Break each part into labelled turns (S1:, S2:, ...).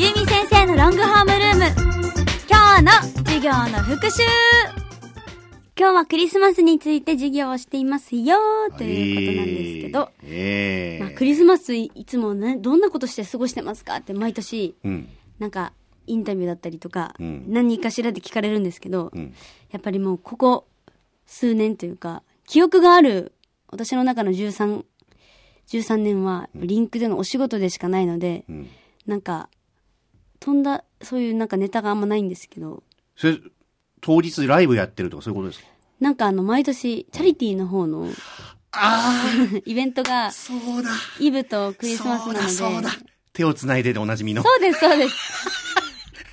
S1: ロングホームルーム今日の授業の復習今日はクリスマスについて授業をしていますよということなんですけど、
S2: ええ
S1: まあ、クリスマスいつも、ね、どんなことして過ごしてますかって毎年
S2: うん。
S1: なんかインタビューだったりとか、
S2: うん
S1: 何かしらで聞かれるんですけど、
S2: うん。
S1: やっぱりもうここ数年というか、記憶がある私の中の13、13年はリンクでのお仕事でしかないので、
S2: うん。
S1: なんか、飛んだ、そういうなんかネタがあんまないんですけど、
S2: それ、当日ライブやってるとかそういうことですか
S1: なんかあの、毎年、チャリティーの方の
S2: あ
S1: イベントが
S2: あ、、そうだ。
S1: イブとクリスマスなので。
S2: そうだ、そうだ。手を繋いででおなじみの。
S1: そうです、そうです。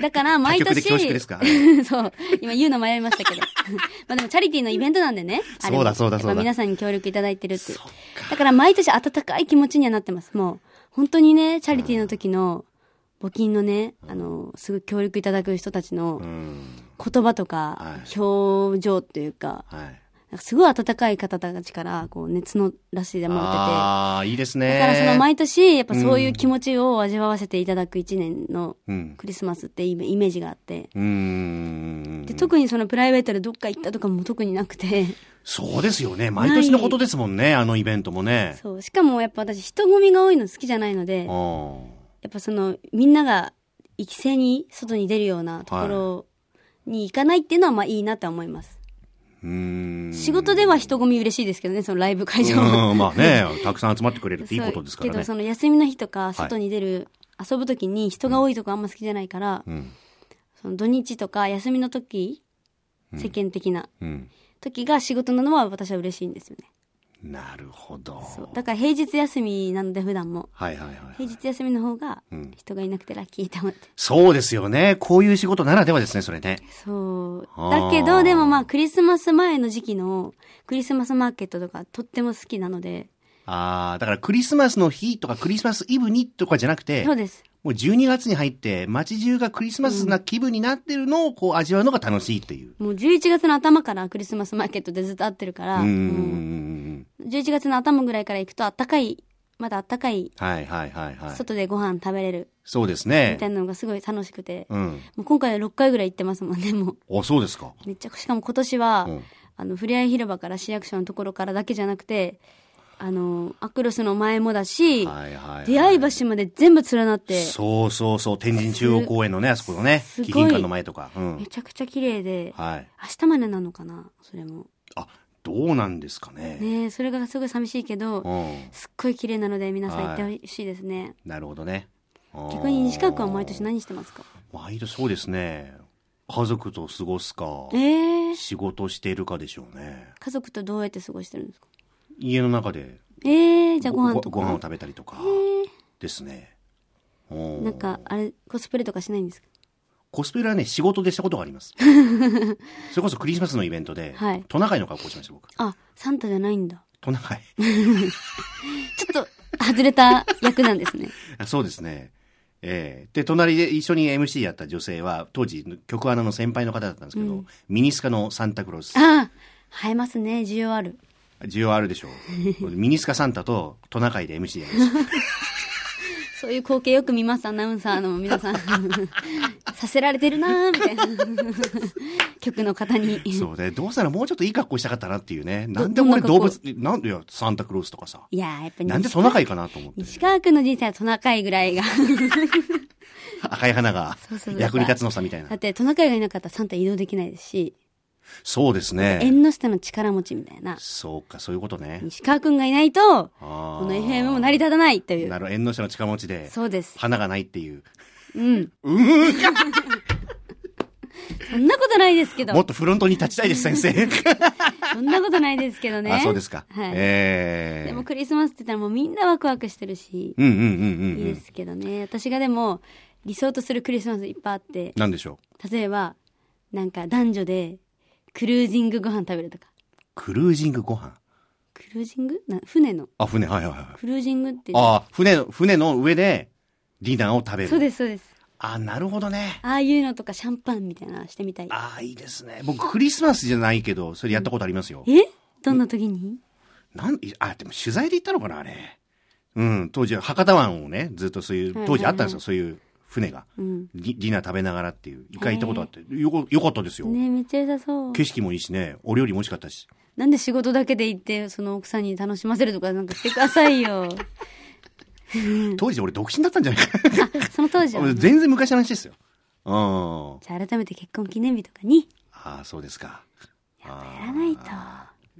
S1: だ から、毎
S2: 他局で
S1: 年。
S2: 恐縮ですか
S1: そう。今言うの迷いましたけど。 まあでも、チャリティーのイベントなんでね。あれも
S2: そうだそうだそうだ
S1: やっぱ皆さんに協力いただいてるっていう。だから、毎年温かい気持ちにはなってます。もう、本当にね、チャリティーの時の、募金のね、あの、すごい協力いただく人たちの
S2: うん。
S1: 言葉とか
S2: は、
S1: 表情というか、
S2: はい。
S1: なんかすごい温かい方たちから、こうね、募らせてもらってて。
S2: ああ、いいですね。
S1: だからその毎年、やっぱそういう気持ちを味わわせていただく一年の
S2: うん。
S1: クリスマスってイメイメージがあって。
S2: うーん
S1: で、。特にそのプライベートでどっか行ったとかも特になく て。
S2: そうですよね。毎年のことですもんね、あのイベントもね。
S1: そう。しかもやっぱ私人混みが多いの好きじゃないので、
S2: あ
S1: や
S2: ー
S1: っぱそのみんなが一斉に外に出るようなところに行かないっていうのはまあいいなとは思います。
S2: うーん。
S1: 仕事では人混み嬉しいですけどね、そのライブ会場は
S2: うん、まあね、たくさん集まってくれるっていいことですから
S1: そうけど
S2: ね。
S1: その休みの日とか外に出る、遊ぶ時に人が多いとこあんま好きじゃないから、
S2: うん。
S1: その土日とか休みの時、世間的な
S2: うん。
S1: 時が仕事なのは私は嬉しいんですよね。
S2: なるほど。
S1: そう。だから平日休みなので普段も。
S2: はいはいはい。
S1: 平日休みの方が
S2: うん
S1: 人がいなくてラッキーと思って。
S2: そうですよね。こういう仕事ならではですね、それね。
S1: そう。
S2: あー
S1: だけど、でもまあクリスマス前の時期のクリスマスマーケットとかとっても好きなので。
S2: ああ、だからクリスマスの日とかクリスマスイブにとかじゃなくて、
S1: そうです。
S2: もう12月に入って街中がクリスマスな気分になってるのをこう味わうのが楽しいっていう。
S1: もう11月の頭からクリスマスマーケットでずっと会ってるから、
S2: うー
S1: も
S2: ん。
S1: う11月の頭ぐらいから行くとあったかい、まだあったかい
S2: はいはいはいはい。
S1: 外でご飯食べれる
S2: そうです
S1: みた
S2: ね。
S1: いなのがすごい楽しくて。
S2: うん。
S1: もう今回は6回ぐらい行ってますもんね、もう。
S2: お、そうですか。
S1: めっちゃ、しかも今年は、
S2: うん
S1: あの、ふれあい広場から市役所のところからだけじゃなくて、あの、アクロスの前もだし、
S2: はいはい、はい。
S1: 出会い橋まで全部連なって、
S2: そうそうそう、天神中央公園のね、あそこのね、
S1: すごい
S2: 貴賓館の前とか。うん
S1: め。ちゃくちゃ綺麗で、
S2: はい。
S1: 明日までなのかな、それも。
S2: あ、どうなんですかね。
S1: ねえそれがすごい寂しいけど、
S2: うん。
S1: すっごい綺麗なので皆さん行ってほしいですね。
S2: なるほどね。あー
S1: 逆に西川君は毎年何してますか
S2: 毎年そうですね。家族と過ごすか、
S1: ええ
S2: 仕事しているかでしょうね。
S1: 家族とどうやって過ごしてるんですか
S2: 家の中で
S1: ええじゃあご飯と
S2: ごご飯を
S1: か。
S2: 食べたりとかですね。おー
S1: なんか、あれ、コスプレとかしないんですか
S2: コスプレはね、仕事でしたことがあ ります。それこそクリスマスのイベントで、
S1: はい
S2: トナカイの格好しました、僕。
S1: あ、サンタじゃないんだ。
S2: トナカ イ。
S1: ちょっと外れた役なんです ね。
S2: あそうですね。ええで、隣で一緒に MC やった女性は、当時、局アナの先輩の方だったんですけど、ミニスカのサンタクロース。
S1: ああ、映えますね、需要ある。
S2: 需要あるでしょう。 ミニスカサンタとトナカイで MC やり ました。
S1: そういう光景よく見ます、アナウンサーの皆さん。させられてるなーみたいな。 曲の方に。
S2: そうね。どうしたらもうちょっといい格好したかったなっていうね。なんで
S1: どんな
S2: 俺
S1: 格好
S2: 動物、なんでいや、サンタクロースとかさ。
S1: いやー、やっぱり。
S2: なんでトナカイかなと思って。
S1: 西川君の人生はトナカイぐらいが。
S2: 赤い花が
S1: そうそう
S2: 役に立つのさみたい
S1: だ
S2: な
S1: っ。てトナカイがいなかったらサンタ移動できないですし、
S2: そうですね。
S1: 縁の下の力持ちみたいな。
S2: そうか、そういうことね。
S1: 西川君がいないと、
S2: あ
S1: この
S2: ー
S1: FM も成り立たないという。
S2: なるほど縁の下の力持ちで、
S1: そうです。
S2: 花がないっていう。
S1: うん。そんなことないですけど
S2: も。っとフロントに立ちたいです、先 生。
S1: そんなことないですけどね。
S2: あ、そうですか。
S1: はい。
S2: え
S1: で
S2: え
S1: も。クリスマスって言ったらもうみんなワクワクしてるし、
S2: うんうんうん
S1: いい
S2: うんう
S1: で
S2: ん。
S1: すけどね。私がでも理想とするクリスマスいっぱいあって、
S2: なんでしょう。
S1: 例えば、なんか男女でクルージングご飯食べるとか。
S2: クルージングご飯。
S1: クルージングな船の。
S2: あ、船、はいはいはい。
S1: クルージングって。
S2: ああ、船の、船の上でディナーを食べる。
S1: そうです、そうです。
S2: あ、なるほどね。
S1: ああいうのとかシャンパンみたいなのしてみたい。
S2: ああ、いいですね。僕、クリスマスじゃないけど、それやったことありますよ。
S1: えどんな時に
S2: なん、あ、でも取材で行ったのかな、あれ。うん、当時、博多湾をね、ずっとそうい、
S1: はいう
S2: 当時あったんですよ、そういう船が、
S1: うん。
S2: ディディナー食べながらっていう、一回行ったことあって、よこよかったですよ、
S1: ねめっちゃ良さそう。
S2: 景色もいいしね、お料理も美味しかったし。
S1: なんで仕事だけで行って、その奥さんに楽しませるとかなんかしてください よ。
S2: 当時俺独身だったんじゃないか。
S1: あ、その当時はね、じ
S2: 全然昔の話ですよ。うん。
S1: ゃあ改めて結婚記念日とかに、
S2: ああ、そうですか。
S1: やらないと。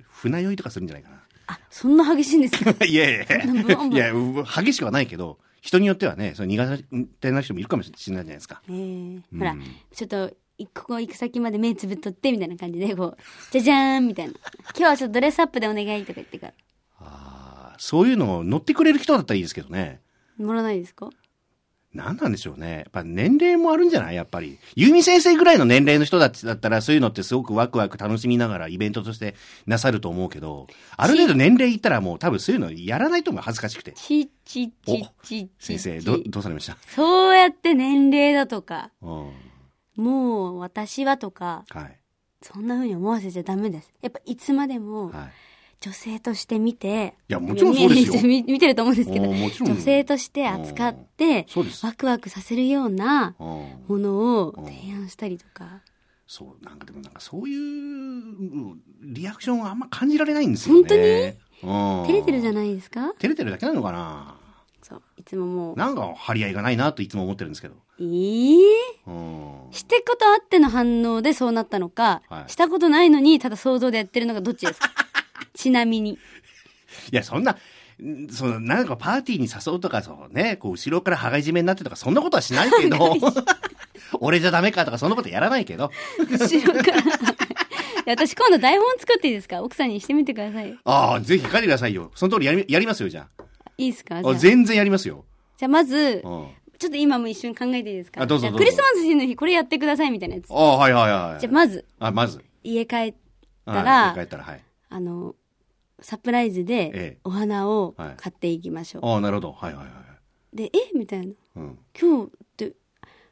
S2: 船酔いとかするんじゃないか
S1: あ、そんな激しいん ですか
S2: な。いやいやい
S1: そんなブワンブワ
S2: や、いや、激しくはないけど、人によってはね、その苦手な人もいるかもしれないじゃないですか。
S1: えー、ほら、ちょっと、いここ行く先まで目つぶっとって、みたいな感じで、こう、じゃじゃーんみたいな。今日はちょっとドレスアップでお願いとか言ってから。
S2: ああ、そういうのを乗ってくれる人だったらいいですけどね。
S1: 乗らないですか
S2: なんなんでしょうね。やっぱ年齢もあるんじゃないやっぱり。ユミ先生ぐらいの年齢の人だだったら、そういうのってすごくワクワク楽しみながらイベントとしてなさると思うけど、ある程度年齢いったらもう多分そういうのやらないと思う。恥ずかしくて。
S1: ちちちちち。
S2: 先生、ど、どうされました
S1: そうやって年齢だとか、
S2: うん。
S1: もう私はとか、
S2: はい。
S1: そんな風に思わせちゃダメです。やっぱいつまでも
S2: はい。
S1: 女性として見て、
S2: いやもちろんそうですよ
S1: 見見てると思うんですけど、
S2: おーもちろん
S1: 女性として扱って、
S2: そうです。
S1: ワクワクさせるような
S2: うん。
S1: ものを提案したりとか、
S2: そう、なんかでもなんかそういううんリアクションはあんま感じられないんですよね。本
S1: 照れてるじゃ
S2: ん。
S1: ないですか
S2: 照れてるだけなのかな
S1: そう。いつももう、
S2: なんか張り合いがないなといつも思ってるんですけど。
S1: えー、
S2: うん。
S1: してことあっての反応でそうなったのか、
S2: はい
S1: したことないのにただ想像でやってるのがどっち ですかちなみに。
S2: いや、そんな、んその、なんかパーティーに誘うとか、そうね、こう、後ろから羽交い締めになってとか、そんなことはしない けど、俺じゃダメかとか、そんなことやらないけど、
S1: 後ろ から。いや私今度台本作っていいですか奥さんにしてみてくださいよ。
S2: ああ、ぜひ書いてくださいよ。その通りやり、やりますよ、じゃ
S1: いいですか
S2: あ。
S1: じゃ
S2: あ
S1: あ
S2: 全然やりますよ。
S1: じゃあまず、
S2: うん。
S1: ちょっと今も一緒に考えていいですか
S2: あどうぞ
S1: じゃ
S2: どうぞ
S1: クリスマスの日これやってくださいみたいなやつ。
S2: ああ、はいはいはい。
S1: じゃあまず、
S2: あ、まず。
S1: 家帰ったら、
S2: はい、帰ったら、はい。
S1: あの、サプライズ
S2: ええ
S1: でお花を
S2: はい
S1: 買っていきましょう。
S2: ああ、なるほど。はいはいはい。
S1: で、えみたいな。
S2: うん。
S1: 今日って、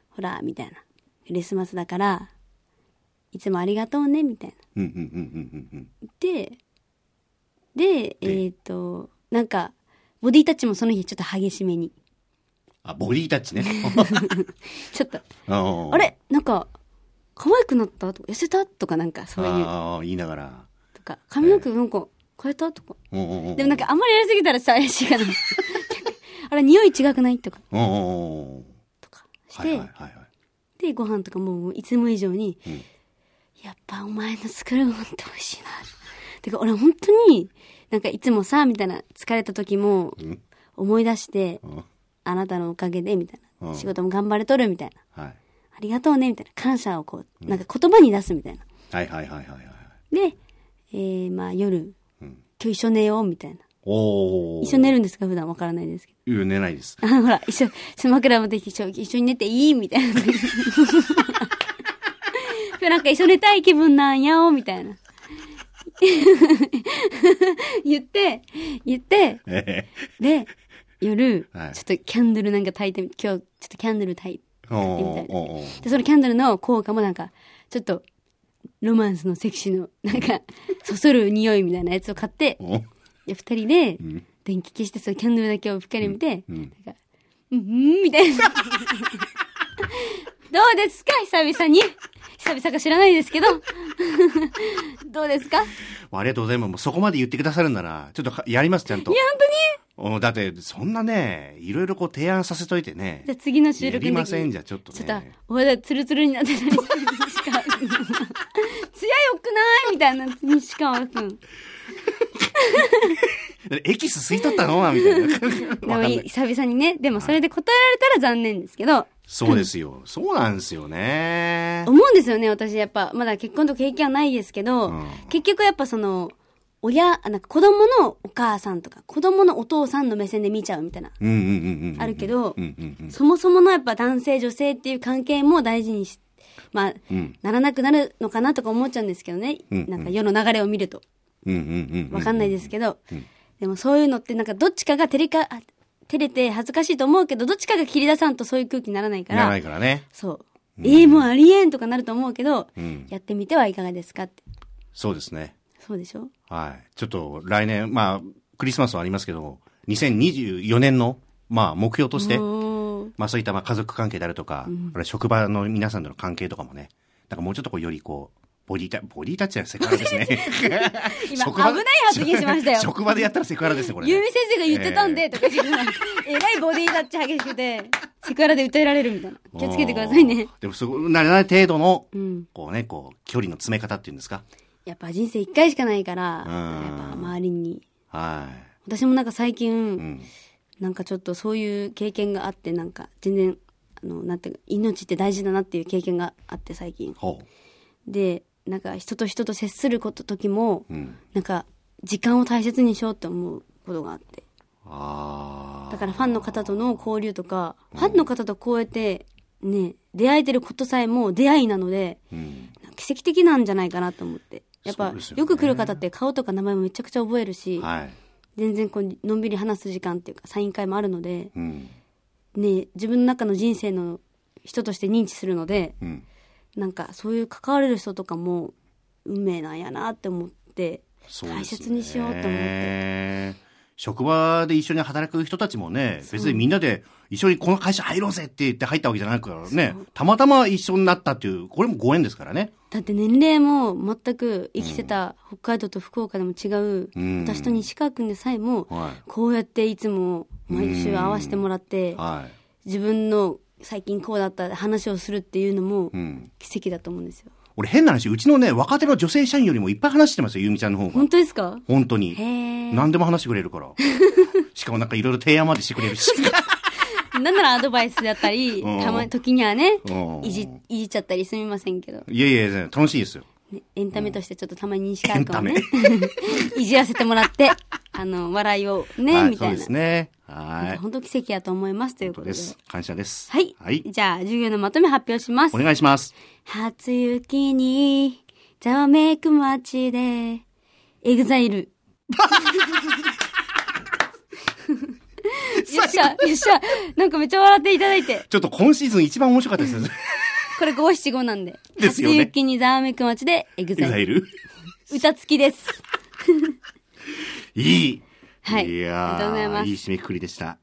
S1: ほら、みたいな。クリスマスだから、いつもありがとうね、みたいな。
S2: うんうんうんうんうんうん。
S1: で、で、えっ、と、なんか、ボディタッチもその日ちょっと激しめに。
S2: あ、ボディタッチね。
S1: ちょっと、
S2: あ
S1: あれなんか、可愛くなったとか、痩せたとかなんか、そういう。
S2: ああ、言いながら。
S1: とか、髪の毛なんか変えたとか。
S2: うんうんうん。
S1: でもなんかあんまりやりすぎたらさ、怪しい かな。あれ、匂い違くないとか、
S2: うんうんうんうん。
S1: とかし
S2: はい
S1: て、
S2: はいはいはい。
S1: で、ご飯とかもういつも以上に、
S2: うん
S1: やっぱお前の作るご飯って美味しいな。てか、俺本当に、なんかいつもさ、みたいな、疲れた時も
S2: うん
S1: 思い出して、
S2: うん。
S1: あなたのおかげで、みたいな。
S2: うん
S1: 仕事も頑張れとる、みたいな。
S2: はい。
S1: ありがとうね、みたいな。感謝をこう、なんか言葉に出すみたいな。
S2: はいはいはいはいはい。
S1: で、えー、まあ夜、
S2: うん
S1: 今日一緒寝よう、みたいな。
S2: おお。
S1: 一緒に寝るんですか普段わからないですけど。
S2: いや寝ないです。
S1: あほら、一緒、その枕持ってきて一緒一緒に寝ていいみたいな。今日なんか一緒に寝たい気分なんやお、みたいな。 言って、言って、
S2: え
S1: で、夜、
S2: はい
S1: ちょっとキャンドルなんか焚いてみ、今日ちょっとキャンドル焚い
S2: え。お
S1: てみたい
S2: お
S1: な。
S2: お
S1: で、そのキャンドルの効果もなんか、ちょっと、ロマンスのセクシーの、なんか、そそる匂いみたいなやつを買って、
S2: お。
S1: で二人で
S2: ん、
S1: 電気消して、そのキャンドルだけをしっかり見て、
S2: うんうん
S1: なんか、うん、うん、みたいな。 どうですか久々に。久々か知らないですけど。 どうですかいや、
S2: ありがとうございます。もうそこまで言ってくださるなら、ちょっとかやります、ちゃんと。
S1: 本当に
S2: おだって、そんなね、いろいろこう提案させといてね。
S1: じゃあ次の収
S2: や
S1: 録
S2: り
S1: の
S2: ま
S1: 時
S2: せん、
S1: に。
S2: じゃあちょっと
S1: ちょっと
S2: ね。、
S1: お肌ツルツルになってたりするしか。艶よくないみたいな、西川くん。
S2: エキス吸い取ったのみたい な。
S1: で
S2: わ
S1: も
S2: かんない
S1: い、久々にね。でもそれで答えられたら残念ですけど。
S2: そうですよ。そうなんですよね。
S1: 思うんですよね私やっぱまだ結婚と経験はないですけど、
S2: うん
S1: 結局やっぱその親あなんか子供のお母さんとか子供のお父さんの目線で見ちゃうみたいな、
S2: うんうんうんうんうん。
S1: あるけど
S2: うんうんうん。
S1: そもそものやっぱ男性女性っていう関係も大事にしまあ、
S2: うん
S1: ならなくなるのかなとか思っちゃうんですけどね、
S2: うんうん
S1: なんか世の流れを見ると
S2: うんうんうんうん。
S1: わかんないですけど、
S2: うん
S1: でもそういうのってなんかどっちかが照れかあ照れて恥ずかしいと思うけどどっちかが切り出さんとそういう空気にならないか
S2: なら
S1: ら
S2: ないからね。
S1: そう、ええもうありえんとかなると思うけど、
S2: うん。
S1: やってみてはいかがですかって
S2: そうですね。
S1: そうでしょ
S2: はい。ちょっと来年、まあ、クリスマスはありますけど、2024年の、まあ、目標として、
S1: おー
S2: まあそういったまあ家族関係であるとか、これ職場の皆さんとの関係とかもね、なんかもうちょっとこうよりこう、ボディタ、ボディタッチはセクハラですね。
S1: 今、
S2: 職
S1: 危
S2: 場
S1: ない発言しましたよ。
S2: 職場でやったらセクハラですね、これね、
S1: ゆうみ先生が言ってたんで、とか言ってたえらいボディタッチ激しくて、セクハラで訴えられるみたいな。気をつけてくださいね
S2: あ。ー。でも、そこ、なれない程度の
S1: うん、
S2: こうね、こう、距離の詰め方っていうんですか。
S1: やっぱ人生一回しかないから、やっ
S2: うん
S1: ぱ周りに。
S2: は
S1: 私もなんか最近、
S2: い。うん。
S1: なんかちょっとそういう経験があって、なんか全然、あの、なんていうか、命って大事だなっていう経験があって最近。
S2: ほ
S1: で、なんか人と人と接すること時も
S2: う。、うん。
S1: なんか時間を大切にしようって思うことがあって。
S2: ああ。
S1: だからファンの方との交流とか、ファンの方とこうやって、ね、出会えてることさえも出会いなので、
S2: うん。
S1: 奇跡的なんじゃないかなと思って。やっぱ、
S2: そうですよ
S1: よ
S2: ね
S1: く来る方って顔とか名前もめちゃくちゃ覚えるし、
S2: はい。
S1: 全然こう、のんびり話す時間っていうか、サイン会もあるので、
S2: うん。
S1: ね、自分の中の人生の人として認知するので、
S2: うん。
S1: なんかそういう関われる人とかも、運命なんやなって思って、
S2: そうですね
S1: 大切にしようと思って。
S2: 職場で一緒に働く人たちもね、別にみんなで一緒にこの会社入ろうぜって言って入ったわけじゃないからね、たまたま一緒になったっていう、これもご縁ですからね。
S1: だって年齢も全く生きてた北海道と福岡でも違う、
S2: うん
S1: 私と西川君でさえも
S2: は
S1: こうやっていつも毎週会わせてもらっ
S2: い。
S1: て
S2: はい。
S1: 自分の最近こうだった話をするっていうのも
S2: うん。
S1: 奇跡だと思うんですよ
S2: 俺変な話、うちのね、若手の女性社員よりもいっぱい話してますよ、ゆみちゃんの方が
S1: 本。当ですか
S2: 本当に
S1: へ。え
S2: 何でも話してくれる から。しかもなんかいろいろ提案までしてくれるし。
S1: なんならアドバイスだったり
S2: うん
S1: たまに時にはね
S2: うん
S1: いじいじっちゃったりすみませんけど、
S2: いやいやいや、楽しいですよ。
S1: ねエンタメとしてちょっとたまに西川君をね
S2: エ ン
S1: いじらせてもらってあの笑いをね、
S2: はい
S1: みたい
S2: そう
S1: な
S2: ですね。はい。
S1: 本当奇跡やと思いますという
S2: 本
S1: こ
S2: 当
S1: とで
S2: です。感謝です。
S1: はい。
S2: はい。
S1: じゃあ、授業のまとめ発表します
S2: お。願いします。
S1: 初雪に、ざわめく街で、エグザイル。 よっしゃ、よっしゃ。なんかめっちゃ笑っていただいて。
S2: ちょっと今シーズン一番面白かった です。
S1: これ五七五なんで。
S2: ですよね
S1: 初雪にざわめく街で、エグザイル。
S2: ル。
S1: 歌付きです。
S2: いい。
S1: はい
S2: いや
S1: あ
S2: ー
S1: りがとうございます
S2: いい締めくくりでした。